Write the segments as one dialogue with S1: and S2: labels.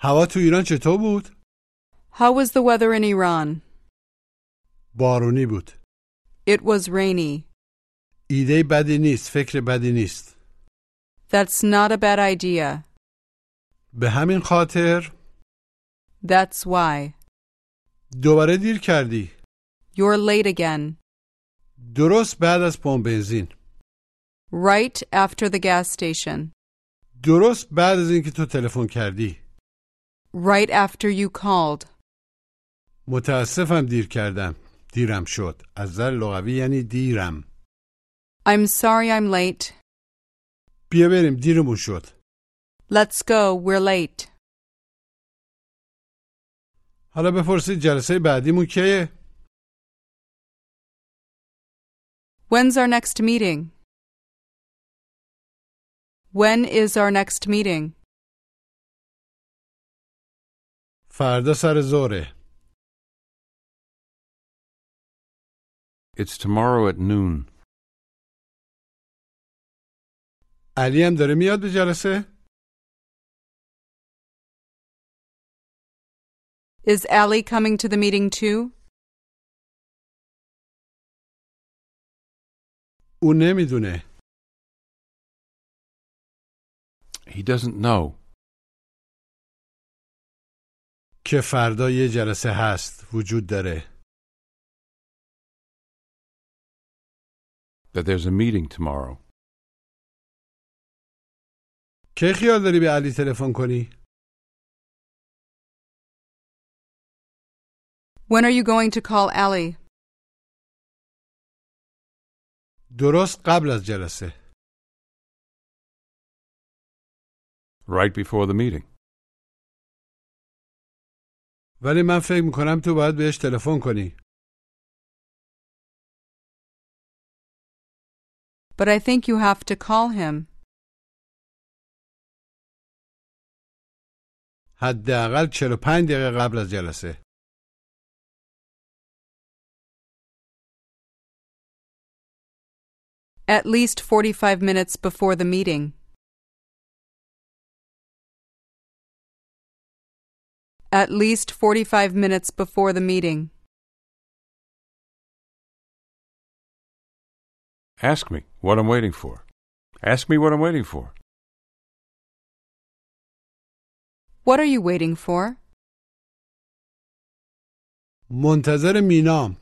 S1: هوا تو ایران چطور بود؟
S2: how was the weather in Iran?
S1: بارونی بود.
S2: It was rainy.
S1: ایده بدی نیست، فکر بدی نیست.
S2: That's not a bad idea.
S1: به همین خاطر
S2: That's why.
S1: دوباره دیر کردی.
S2: You're late again.
S1: درست بعد از پمپ بنزین.
S2: Right after the gas station.
S1: درست بعد از اینکه تو تلفن کردی.
S2: Right after you called.
S1: متاسفم دیر کردم. دیرم شد. از نظر لغوی یعنی دیرم.
S2: I'm sorry I'm late.
S1: بیا بریم دیرمون شد.
S2: Let's go, we're late.
S1: حالا بپرسید جلسه بعدیمون کیه؟
S2: When's our next meeting? When is our next meeting?
S1: فردا سر ظهره.
S3: It's tomorrow at noon.
S1: علی هم داره میاد به جلسه؟
S2: Is Allie coming to the meeting too?
S1: او نمیدونه.
S3: He doesn't know
S1: که فردا یه جلسه هست وجود داره
S3: that there's a meeting tomorrow.
S1: کی خیال داری به علی تلفن کنی
S2: When are you going to call Allie?
S1: درست قبل از جلسه
S3: Right before the meeting.
S1: ولی من فکر میکنم تو باید بهش تلفن کنی
S2: But I think you have to call him.
S1: حداقل 45 دقیقه قبل از جلسه
S2: At least 45 minutes before the meeting. At least 45 minutes before the meeting.
S3: Ask me what I'm waiting for. Ask me what I'm waiting for.
S2: What are you waiting for?
S1: منتظر مینام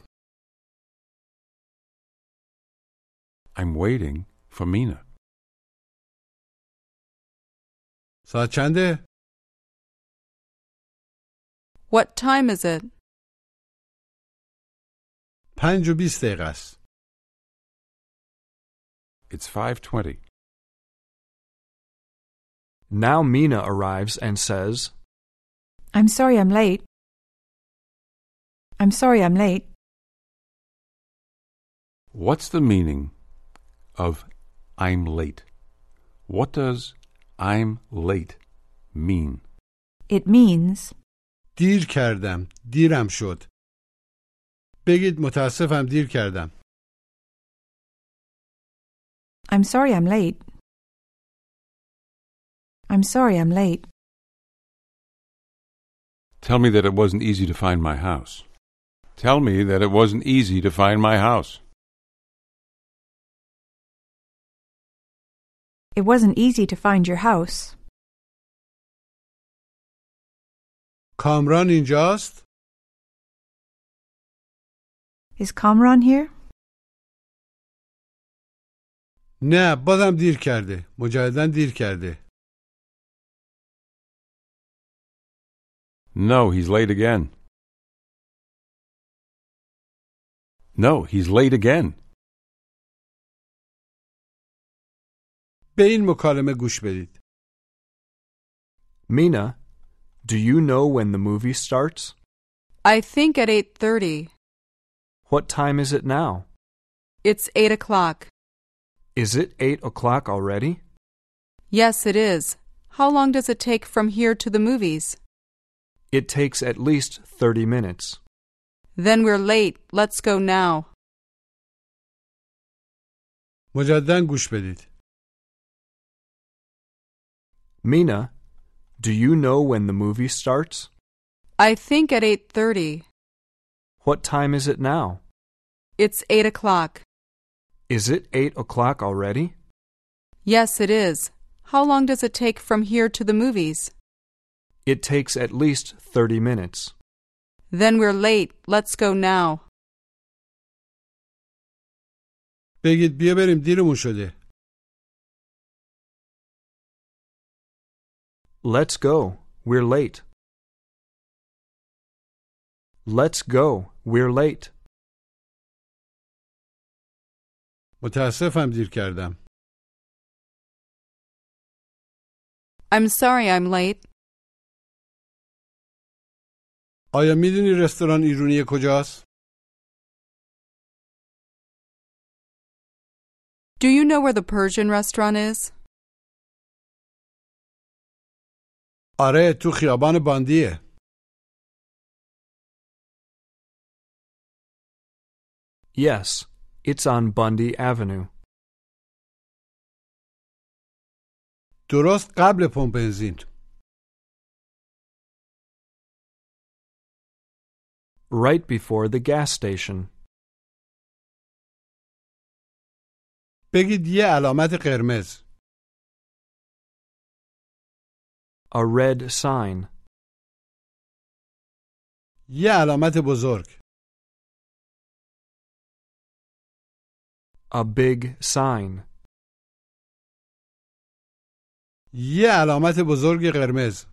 S3: I'm waiting for Mina.
S1: ساعت چنده
S2: What time is it?
S1: 5 و 20 دقیقه است
S3: It's 5:20.
S4: Now Mina arrives and says,
S5: I'm sorry I'm late. I'm sorry I'm late.
S3: What's the meaning of I'm late? What does I'm late mean?
S5: It means
S1: دیر کردم دیرم شد بگید متاسفم دیر کردم
S5: I'm sorry I'm late. I'm sorry I'm late.
S3: Tell me that it wasn't easy to find my house. Tell me that it wasn't easy to find my house.
S5: It wasn't easy to find your house.
S1: کامران اینجاست
S5: Is Kamran here?
S1: نه بازم دیر کرده مجددا دیر کرده
S3: No, he's late again. No, he's late again.
S1: به این مکالمه گوش بدید
S4: Mina, do you know when the movie starts?
S2: I think at 8:30.
S4: What time is it now?
S2: It's 8 o'clock.
S4: Is it 8 o'clock already?
S2: Yes, it is. How long does it take from here to the movies?
S4: It takes at least 30 minutes.
S2: Then we're late. Let's go now.
S1: مجددا گوش بدید
S4: Mina, do you know when the movie starts?
S2: I think at 8:30.
S4: What time is it now?
S2: It's 8 o'clock.
S4: Is it 8 o'clock already?
S2: Yes, it is. How long does it take from here to the movies?
S4: It takes at least 30 minutes.
S2: Then we're late. Let's go now.
S1: بگید بیا بریم دیرمون شده
S4: Let's go. We're late. Let's go. We're late.
S1: متاسفم دیر کردم
S2: I'm sorry I'm late.
S1: آیا میدونی رستوران ایرونی کجاست؟
S2: Do you know where the Persian restaurant is?
S1: آره تو خیابان باندیه
S4: Yes, it's on Bundy Avenue.
S1: درست قبل پمپ بنزین
S4: right before the gas station.
S1: بگید یه علامت قرمز
S4: A red sign.
S1: یه علامت بزرگ
S4: A big sign.
S1: یه علامت بزرگ قرمز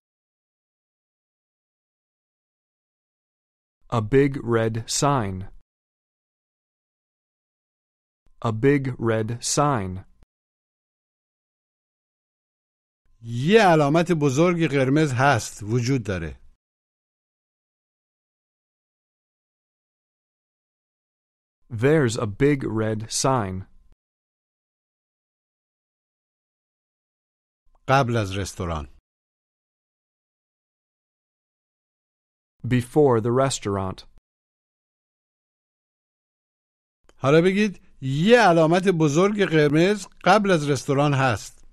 S4: A big red sign. A big red sign.
S1: یه علامت بزرگ قرمز هست وجود داره
S4: There's a big red sign
S1: قبل از رستوران
S4: before the restaurant.
S1: حالا بگید یه علامت بزرگ قرمز قبل از رستوران هست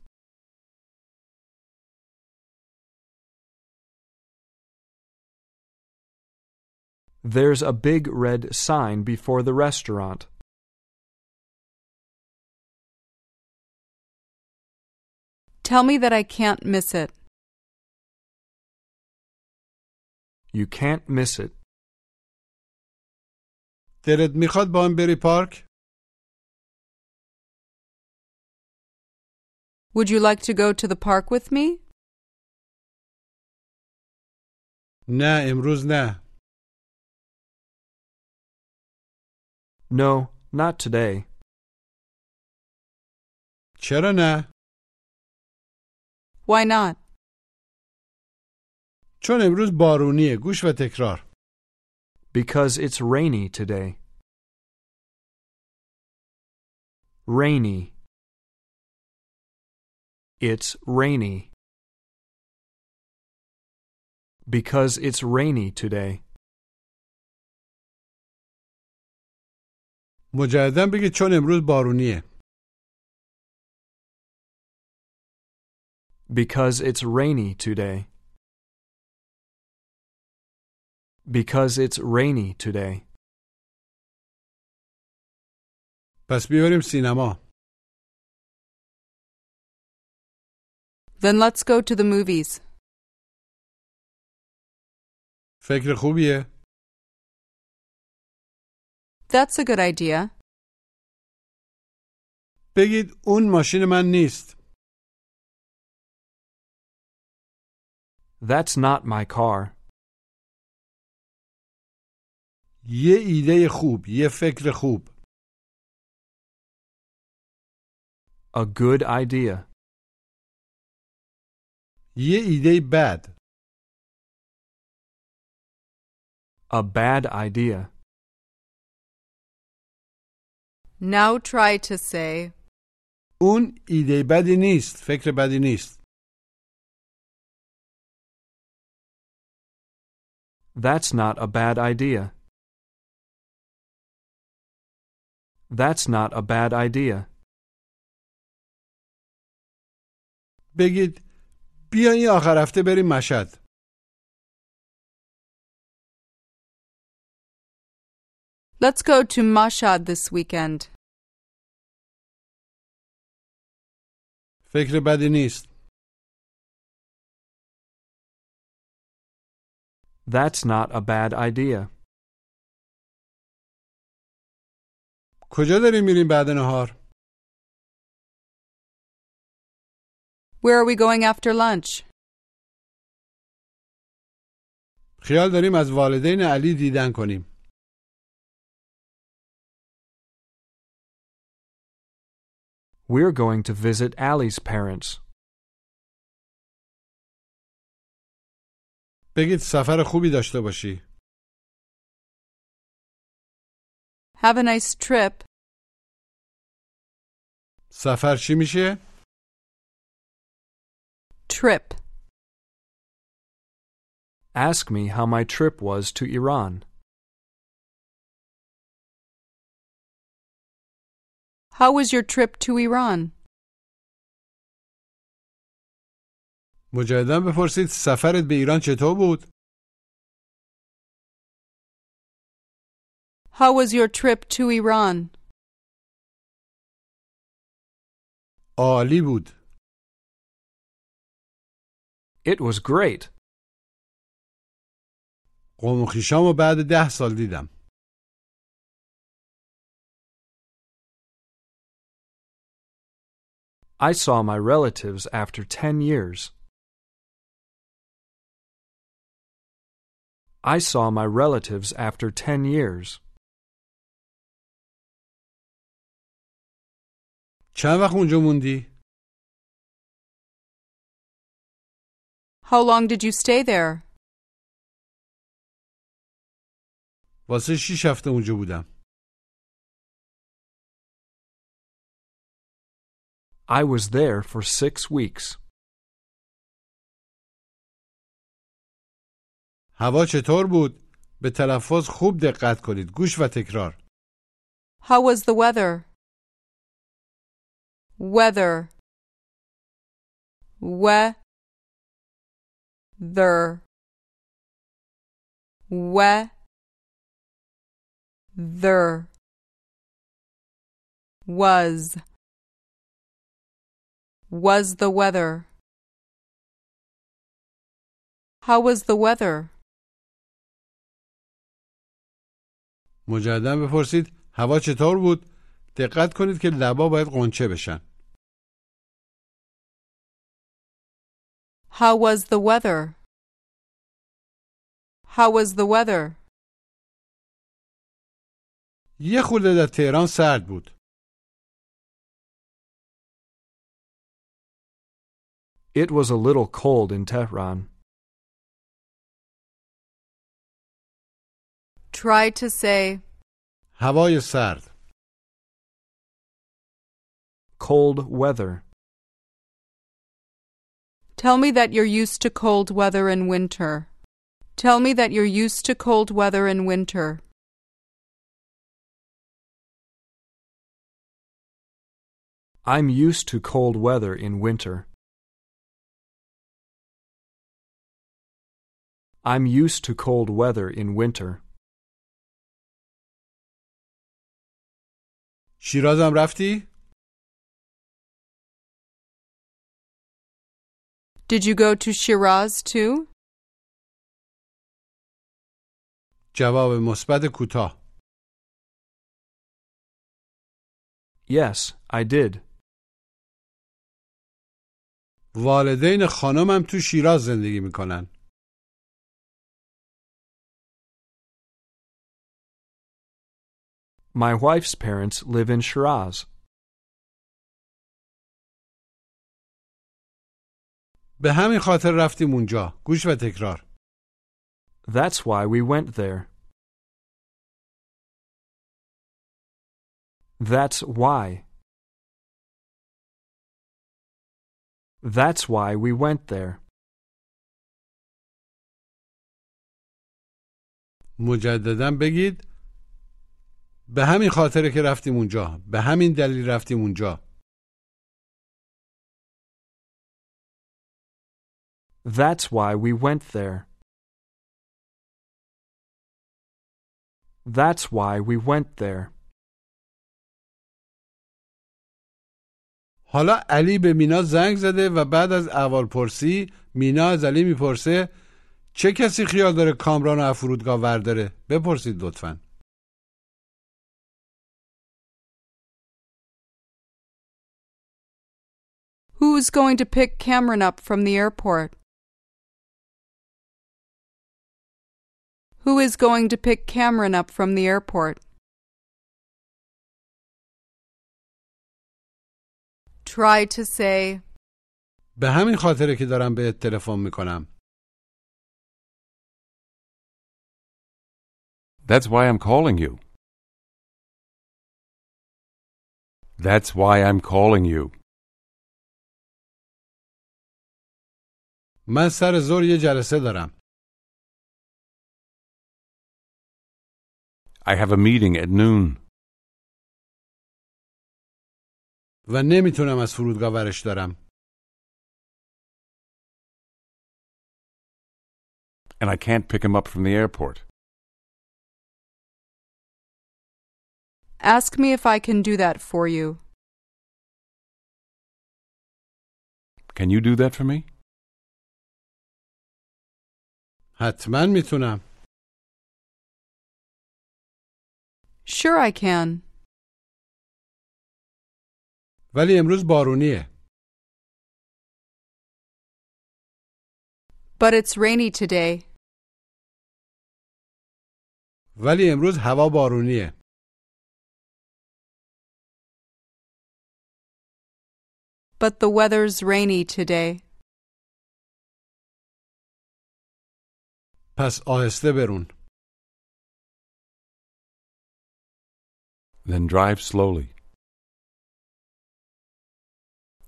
S4: There's a big red sign before the restaurant.
S2: Tell me that I can't miss it.
S4: You can't miss it.
S1: دلت میخواد با هم بری پارک؟
S2: Would you like to go to the park with me?
S1: نه امروز نه
S4: No, not today.
S1: چرا نه؟
S2: Why not?
S1: چون امروز بارونیه گوش و تکرار
S4: Because it's rainy today. Rainy. It's rainy. Because it's rainy today.
S1: مجددا بگید چون امروز بارونیه
S4: Because it's rainy today. Because it's rainy today.
S1: پس بیاریم سینما
S2: Then let's go to the movies.
S1: فکر خوبیه
S2: That's a good idea.
S1: بگید اون ماشین من نیست.
S4: That's not my car.
S1: یه ایده خوب، یه فکر خوب.
S4: A good idea.
S1: یه ایده بد.
S4: A bad idea.
S2: Now try to say,
S1: اون ایده بدی نیست، فکر بدی نیست.
S4: That's not a bad idea. That's not a bad idea.
S1: بگید بیاین آخر هفته بریم مشهد.
S2: Let's go to Mashhad this weekend.
S1: فکر بدی نیست.
S4: That's not a bad idea.
S1: کجا داریم میریم بعد نهار؟
S2: Where are we going after lunch?
S1: خیال داریم از والدین علی دیدن کنیم.
S4: We're going to visit Allie's parents.
S1: بگید سفر خوبی داشته باشی.
S2: Have a nice trip.
S1: سفر چی میشه؟
S2: Trip.
S4: Ask me how my trip was to Iran.
S2: How was your trip to Iran?
S1: مجددا بپرسید سفرت به ایران چطور بود؟
S2: How was your trip to Iran?
S1: عالی بود.
S4: It was great.
S1: قوم و خیشامو بعد ده سال دیدم.
S4: I saw my relatives after 10 years. I saw my relatives after 10 years.
S1: چند وقت اونجا موندی؟
S2: How long did you stay there?
S1: واسه شیش هفته اونجا بودم.
S4: I was there for six weeks.
S1: هوا چطور بود؟ به تلفظ خوب دقت کنید. گوش و تکرار.
S2: How was the weather? Weather. We. Ther. We. Ther. Was. Was the weather? How was the weather?
S1: مجددا بپرسید هوا چطور بود؟ دقت کنید که لبا باید قنچه بشن.
S2: How was the weather? How was the weather?
S1: یه خورده در تهران سرد بود.
S4: It was a little cold in Tehran.
S2: Try to say
S1: هوای سرد.
S4: Cold weather.
S2: Tell me that you're used to cold weather in winter. Tell me that you're used to cold weather in winter.
S4: I'm used to cold weather in winter. I'm used to cold weather in winter.
S1: شیرازم رفتی؟
S2: Did you go to Shiraz too?
S1: جواب مثبت کوتاه.
S4: Yes, I did.
S1: والدین خانمم تو شیراز زندگی میکنن.
S4: My wife's parents live in Shiraz.
S1: به همین خاطر رفتیم اونجا. گوش و تکرار.
S4: That's why we went there. That's why. That's why we went there.
S1: مجددا بگید به همین خاطره که رفتیم اونجا. به همین دلیل رفتیم اونجا.
S4: That's why we went there. That's why we went there.
S1: حالا علی به مینا زنگ زده و بعد از احوالپرسی مینا از علی میپرسه چه کسی خیال داره کامران و افرودگاه ورداره؟ بپرسید لطفا.
S2: Who's going to pick Cameron up from the airport? Who is going to pick Cameron up from the airport? Try to say,
S1: به همین خاطره که دارم بهت تلفن میکنم.
S3: That's why I'm calling you. That's why I'm calling you.
S1: من سر ظهر یه جلسه دارم.
S3: I have a meeting at noon,
S1: و نمیتونم از فرودگاه ورش دارم.
S3: and I can't pick him up from the airport.
S2: Ask me if I can do that for you.
S3: Can you do that for me?
S1: حتما میتونم.
S2: Sure, I can.
S1: ولی امروز بارونیه.
S2: But it's rainy today.
S1: ولی امروز هوا بارونیه.
S2: But the weather's rainy today.
S1: پس آهسته برون.
S3: Then drive slowly.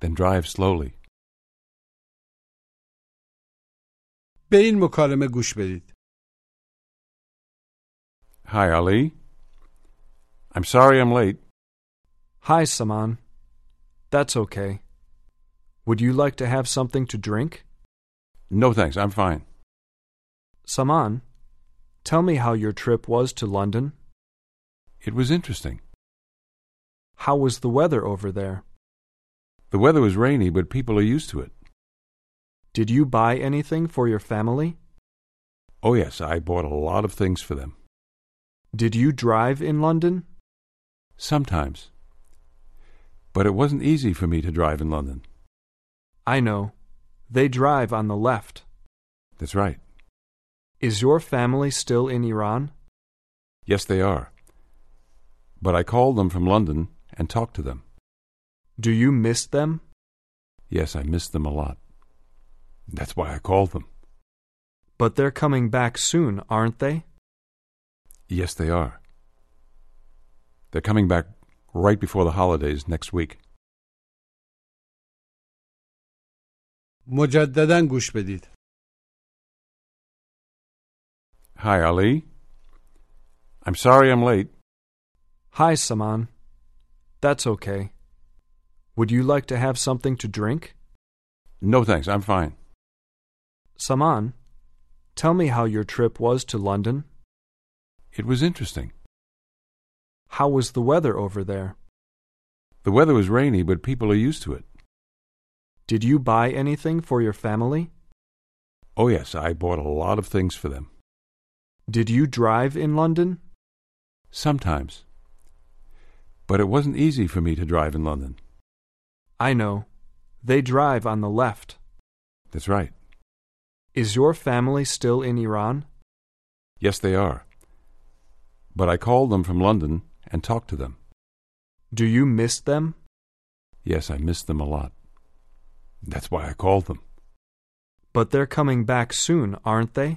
S3: Then drive slowly.
S1: به این مکالمه گوش بدید.
S3: Hi, Ali. I'm sorry I'm late.
S4: Hi, Saman. That's okay. Would you like to have something to drink?
S3: No thanks, I'm fine.
S4: Saman, tell me how your trip was to London.
S3: It was interesting.
S4: How was the weather over there?
S3: The weather was rainy, but people are used to it.
S4: Did you buy anything for your family?
S3: Oh, yes, I bought a lot of things for them.
S4: Did you drive in London?
S3: Sometimes. But it wasn't easy for me to drive in London.
S4: I know. They drive on the left.
S3: That's right.
S4: Is your family still in Iran?
S3: Yes, they are. But I called them from London and talked to them.
S4: Do you miss them?
S3: Yes, I missed them a lot. That's why I called them.
S4: But they're coming back soon, aren't they?
S3: Yes, they are. They're coming back right before the holidays next week.
S1: مجددا گوش بدید.
S3: Hi, Ali. I'm sorry I'm late.
S4: Hi, Saman. That's okay. Would you like to have something to drink?
S3: No thanks, I'm fine.
S4: Saman, tell me how your trip was to London.
S3: It was interesting.
S4: How was the weather over there?
S3: The weather was rainy, but people are used to it.
S4: Did you buy anything for your family?
S3: Oh, yes, I bought a lot of things for them.
S4: Did you drive in London?
S3: Sometimes. But it wasn't easy for me to drive in London.
S4: I know. They drive on the left.
S3: That's right.
S4: Is your family still in Iran?
S3: Yes, they are. But I called them from London and talked to them.
S4: Do you miss them?
S3: Yes, I miss them a lot. That's why I called them.
S4: But they're coming back soon, aren't they?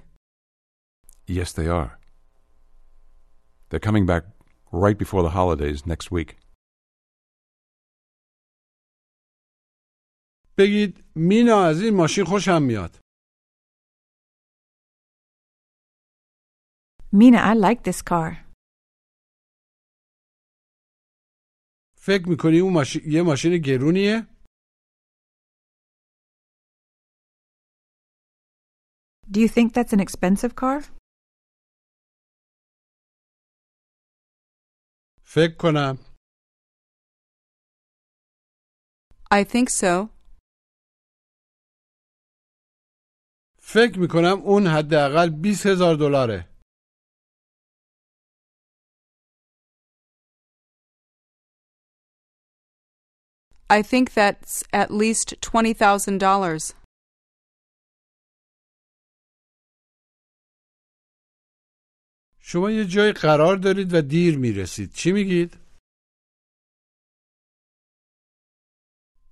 S3: Yes, they are. They're coming back right before the holidays next week.
S1: بگید مینا از این ماشین خوشم میاد
S5: Mina, I like this car.
S1: فکر میکنی اون ماشین یه ماشین گرونیه
S5: Do you think that's an expensive car?
S1: فکر کنم
S2: I think so.
S1: فکر میکنم اون حداقل 20 هزار دلاره
S2: I think that's at least $20,000.
S1: شما یه جای قرار دارید و دیر میرسید چی میگید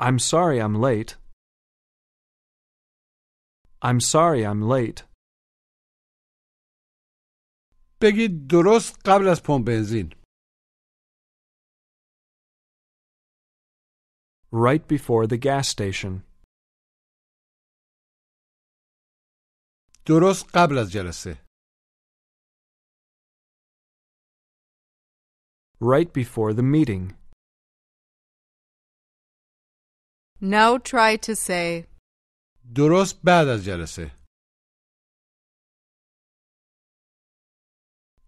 S4: I'm sorry I'm late. I'm sorry I'm late.
S1: بگید درست قبل از پمپ بنزین
S4: Right before the gas station.
S1: درست قبل از جلسه
S4: Right before the meeting.
S2: Now try to say,
S1: درست بعد از جلسه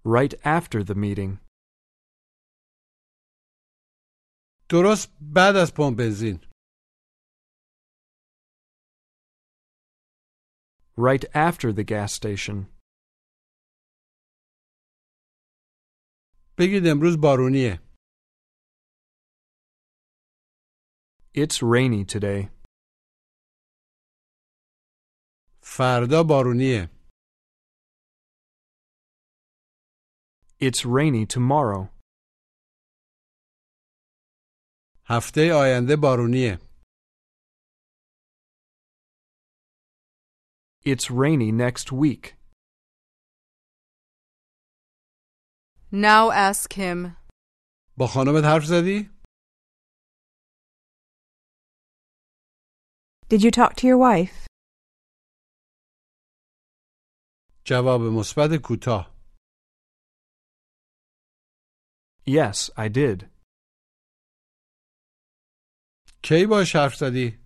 S4: Right after the meeting.
S1: درست بعد از پمپ بنزین
S4: Right after the gas station.
S1: بگید امروز بارونیه
S4: It's rainy today.
S1: فردا بارونیه
S4: It's rainy tomorrow.
S1: هفته آینده بارونیه
S4: It's rainy next week.
S2: now ask him,
S1: با خانمت حرف زدی
S5: Did you talk to your wife?
S1: جواب مثبت کوتاه
S4: Yes, I did.
S1: کی باش حرف زدی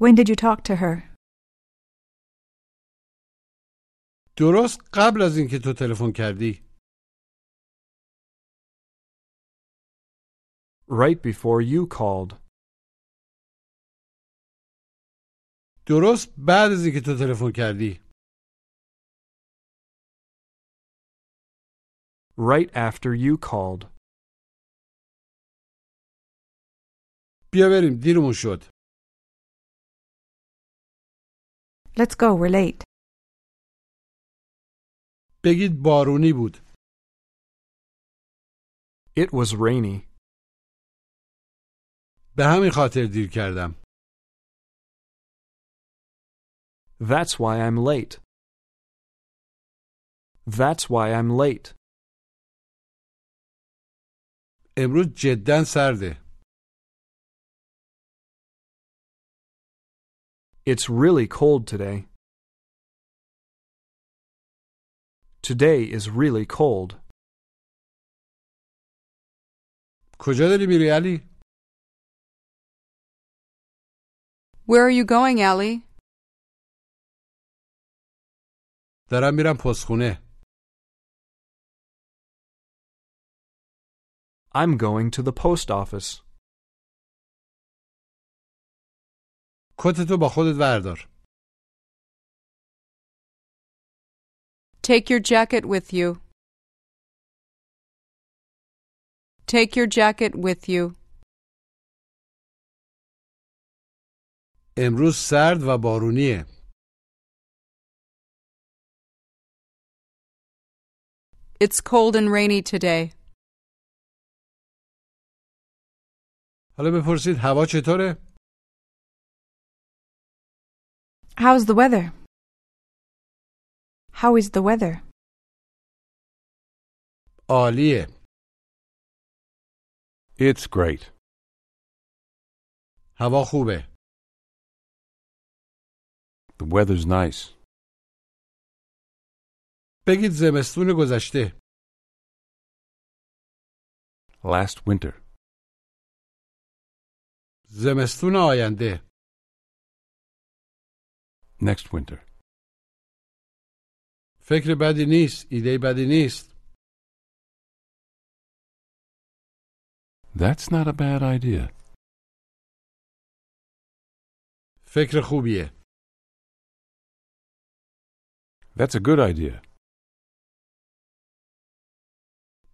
S5: When did you talk to her?
S1: درست قبل از اینکه تو تلفن کردی
S4: Right before you called.
S1: درست بعد از اینکه تو تلفن کردی
S4: Right after you called.
S1: بیا بریم دیرمون شد
S5: Let's go, we're late.
S1: بگید بارونی بود
S4: It was rainy.
S1: به همین خاطر دیر کردم
S4: That's why I'm late. That's why I'm late.
S1: امروز جدا سرده
S4: It's really cold today. Today is really cold.
S1: کجا داری میری علی
S2: Where are you going, Ali?
S1: دارم میرم پستخونه
S4: I'm going to the post office.
S1: کتتو با خودت وردار
S2: Take your jacket with you. Take your jacket with you.
S1: امروز سرد و بارونیه
S2: It's cold and rainy today.
S1: حالا بپرسید هوا چطوره؟
S5: How's the weather? How is the weather?
S1: عالیه
S3: It's great.
S1: هوا خوبه
S3: The weather's nice.
S1: بگید زمستون گذشته
S3: Last winter.
S1: زمستون آینده
S3: Next winter.
S1: فکر بدی نیست ایده بدی نیست
S3: That's not a bad idea.
S1: فکر خوبیه
S3: That's a good idea.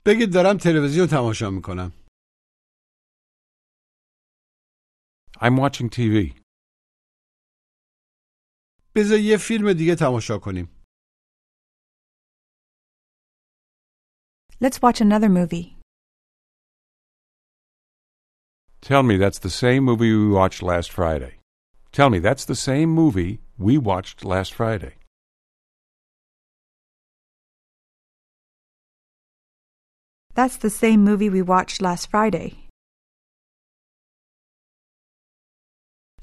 S1: بگید دارم تلویزیون تماشا میکنم
S3: I'm watching TV.
S1: بذار یه فیلم دیگه تماشا کنیم
S5: Let's watch another movie.
S3: Tell me that's the same movie we watched last Friday. Tell me that's the same movie we watched last Friday.
S5: That's the same movie we watched last Friday.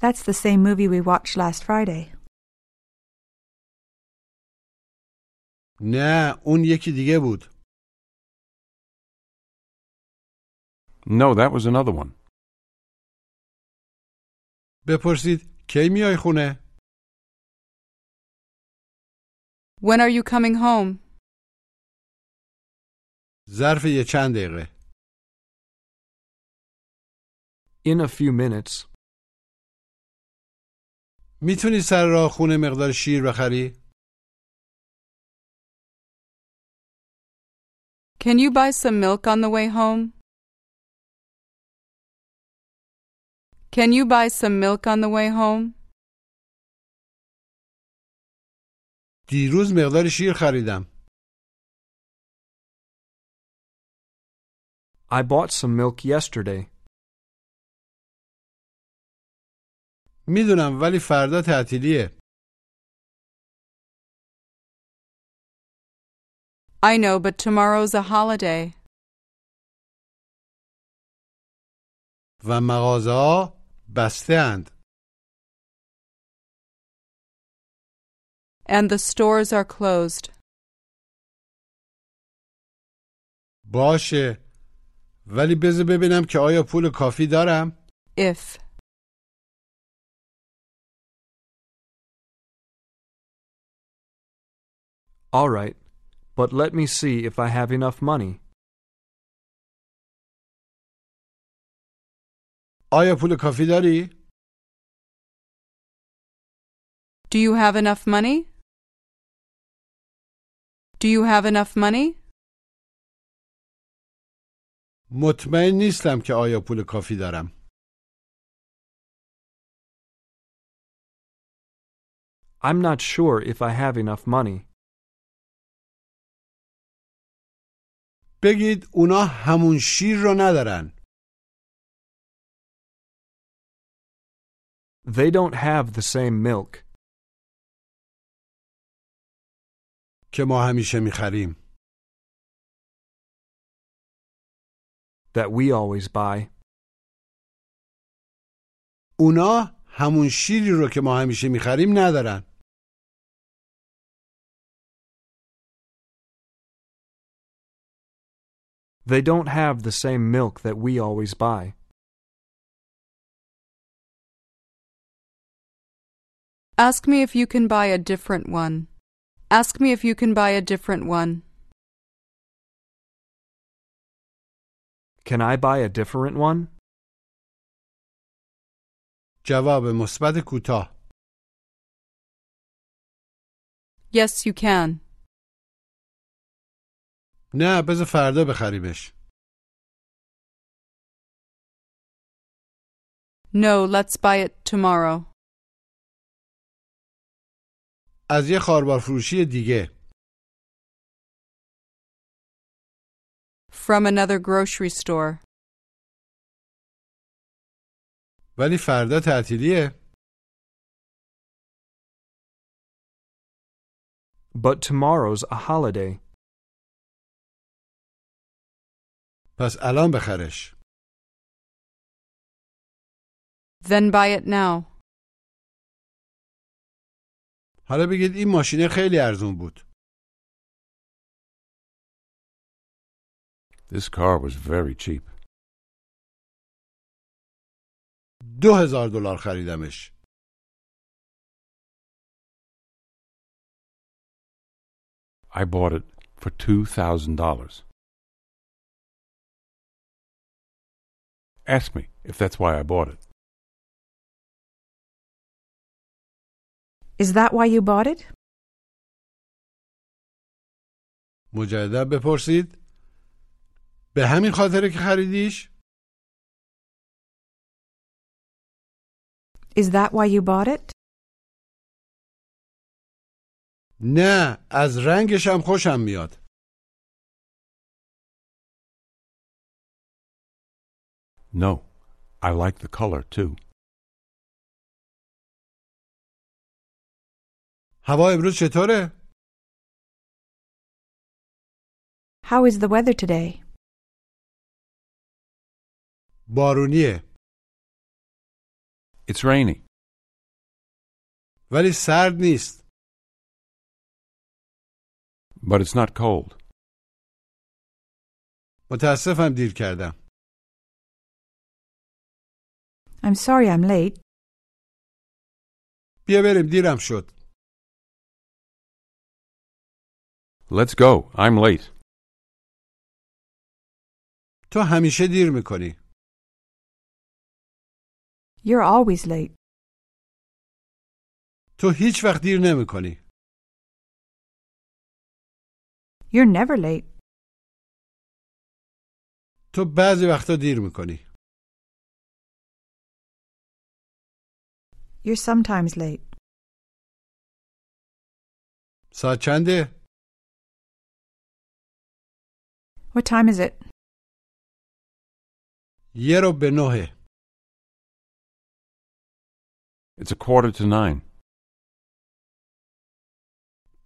S5: That's the same movie we watched last Friday.
S1: نه اون یکی دیگه بود
S3: No, that was another one.
S1: بپرسید کی میای خونه؟
S2: When are you coming home?
S1: ظرف یه چند دقیقه
S4: In a few minutes.
S1: میتونی سر راه خونه مقدار شیر بخری؟
S2: Can you buy some milk on the way home? Can you buy some milk on the way home?
S1: دیروز مقدار شیر خریدم
S4: I bought some milk yesterday.
S1: میدونم ولی فردا تعطیلیه
S2: I know, but tomorrow's a holiday.
S1: و مغازه ها بسته اند.
S2: and the stores are closed.
S1: باشه ولی بذار ببینم که آیا پول کافی دارم؟
S2: If
S4: All right. But let me see if I have enough money.
S1: آیا پول کافی داری؟
S2: Do you have enough money? Do you have enough money?
S1: مطمئن نیستم که آیا پول کافی دارم.
S4: I'm not sure if I have enough money.
S1: بگید اونا همون شیر رو ندارن.
S4: They don't have the same milk
S1: که ما همیشه میخریم.
S4: that we always buy.
S1: اونا همون شیری رو که ما همیشه میخریم ندارن.
S4: They don't have the same milk that we always buy.
S2: Ask me if you can buy a different one. Ask me if you can buy a different one.
S4: Can I buy a different one?
S1: جواب مثبت کوتاه
S2: Yes, you can.
S1: نه بذار فردا بخریمش
S2: No, let's buy it tomorrow.
S1: از یه خاربار فروشی دیگه
S2: From another grocery store.
S1: ولی فردا تعطیلیه
S4: But tomorrow's a holiday.
S1: پس الان بخرش
S2: Then buy it now.
S1: حالا بگید این ماشینه خیلی ارزون بود
S3: This car was very cheap.
S1: دو هزار دلار خریدمش
S3: I bought it for $2,000. Ask me if that's why I bought it.
S5: Is that why you bought it?
S1: مجدد بپرسید به همین خاطره که خریدیش
S5: Is that why you bought it?
S1: نه از رنگش هم خوشم میاد
S3: No, I like the color too.
S1: هوا امروز چطوره
S5: How is the weather today?
S1: بارونیه
S3: It's rainy,
S1: ولی سرد نیست
S3: but it's not cold.
S1: متاسفم دیر کردم
S5: I'm sorry I'm late.
S1: بیا بریم دیرم شد
S3: Let's go. I'm late.
S1: تو همیشه دیر میکنی
S5: You're always late.
S1: تو هیچ وقت دیر نمیکنی
S5: You're never late.
S1: تو بعضی وقتا دیر میکنی
S5: You're sometimes late.
S1: ساعت چنده
S5: What time is it?
S1: یه رو به نهه
S3: It's a quarter to nine.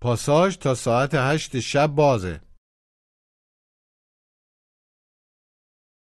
S1: پاساژ تا ساعت هشت شب بازه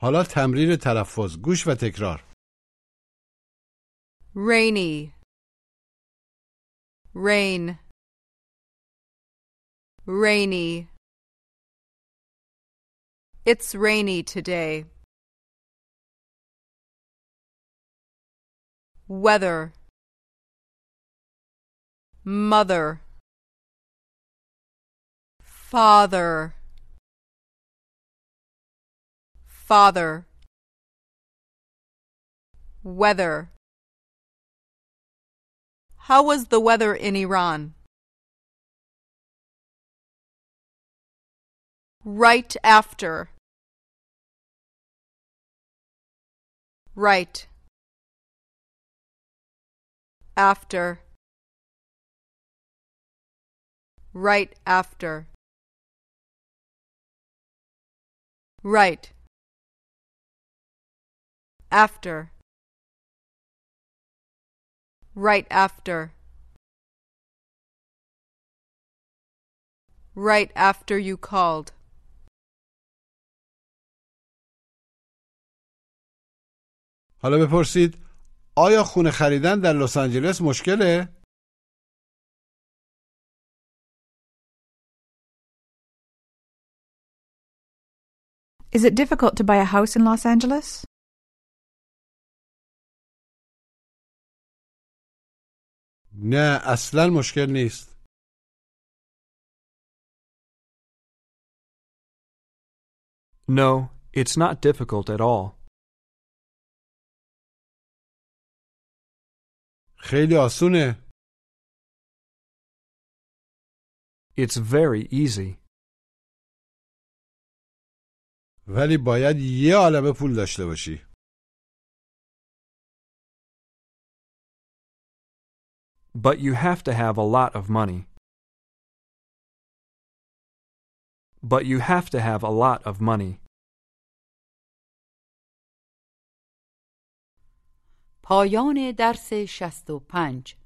S1: حالا تمرین تلفظ گوش و تکرار
S2: Rainy. Rain. Rainy. It's rainy today. Weather. Mother. Father. Father. Weather. How was the weather in Iran? Right after. Right. After. Right after. Right. After. Right after. Right after you called.
S1: حالا بپرسید آیا خونه خریدن در لس آنجلس مشکله؟
S5: Is it difficult to buy a house in Los Angeles?
S1: نه اصلا مشکل نیست
S4: No, it's not difficult at all.
S1: خیلی آسونه
S4: It's very easy.
S1: ولی باید یه عالمه پول داشته باشی
S4: But you have to have a lot of money. But you have to have a lot of money.
S6: پایان درس 65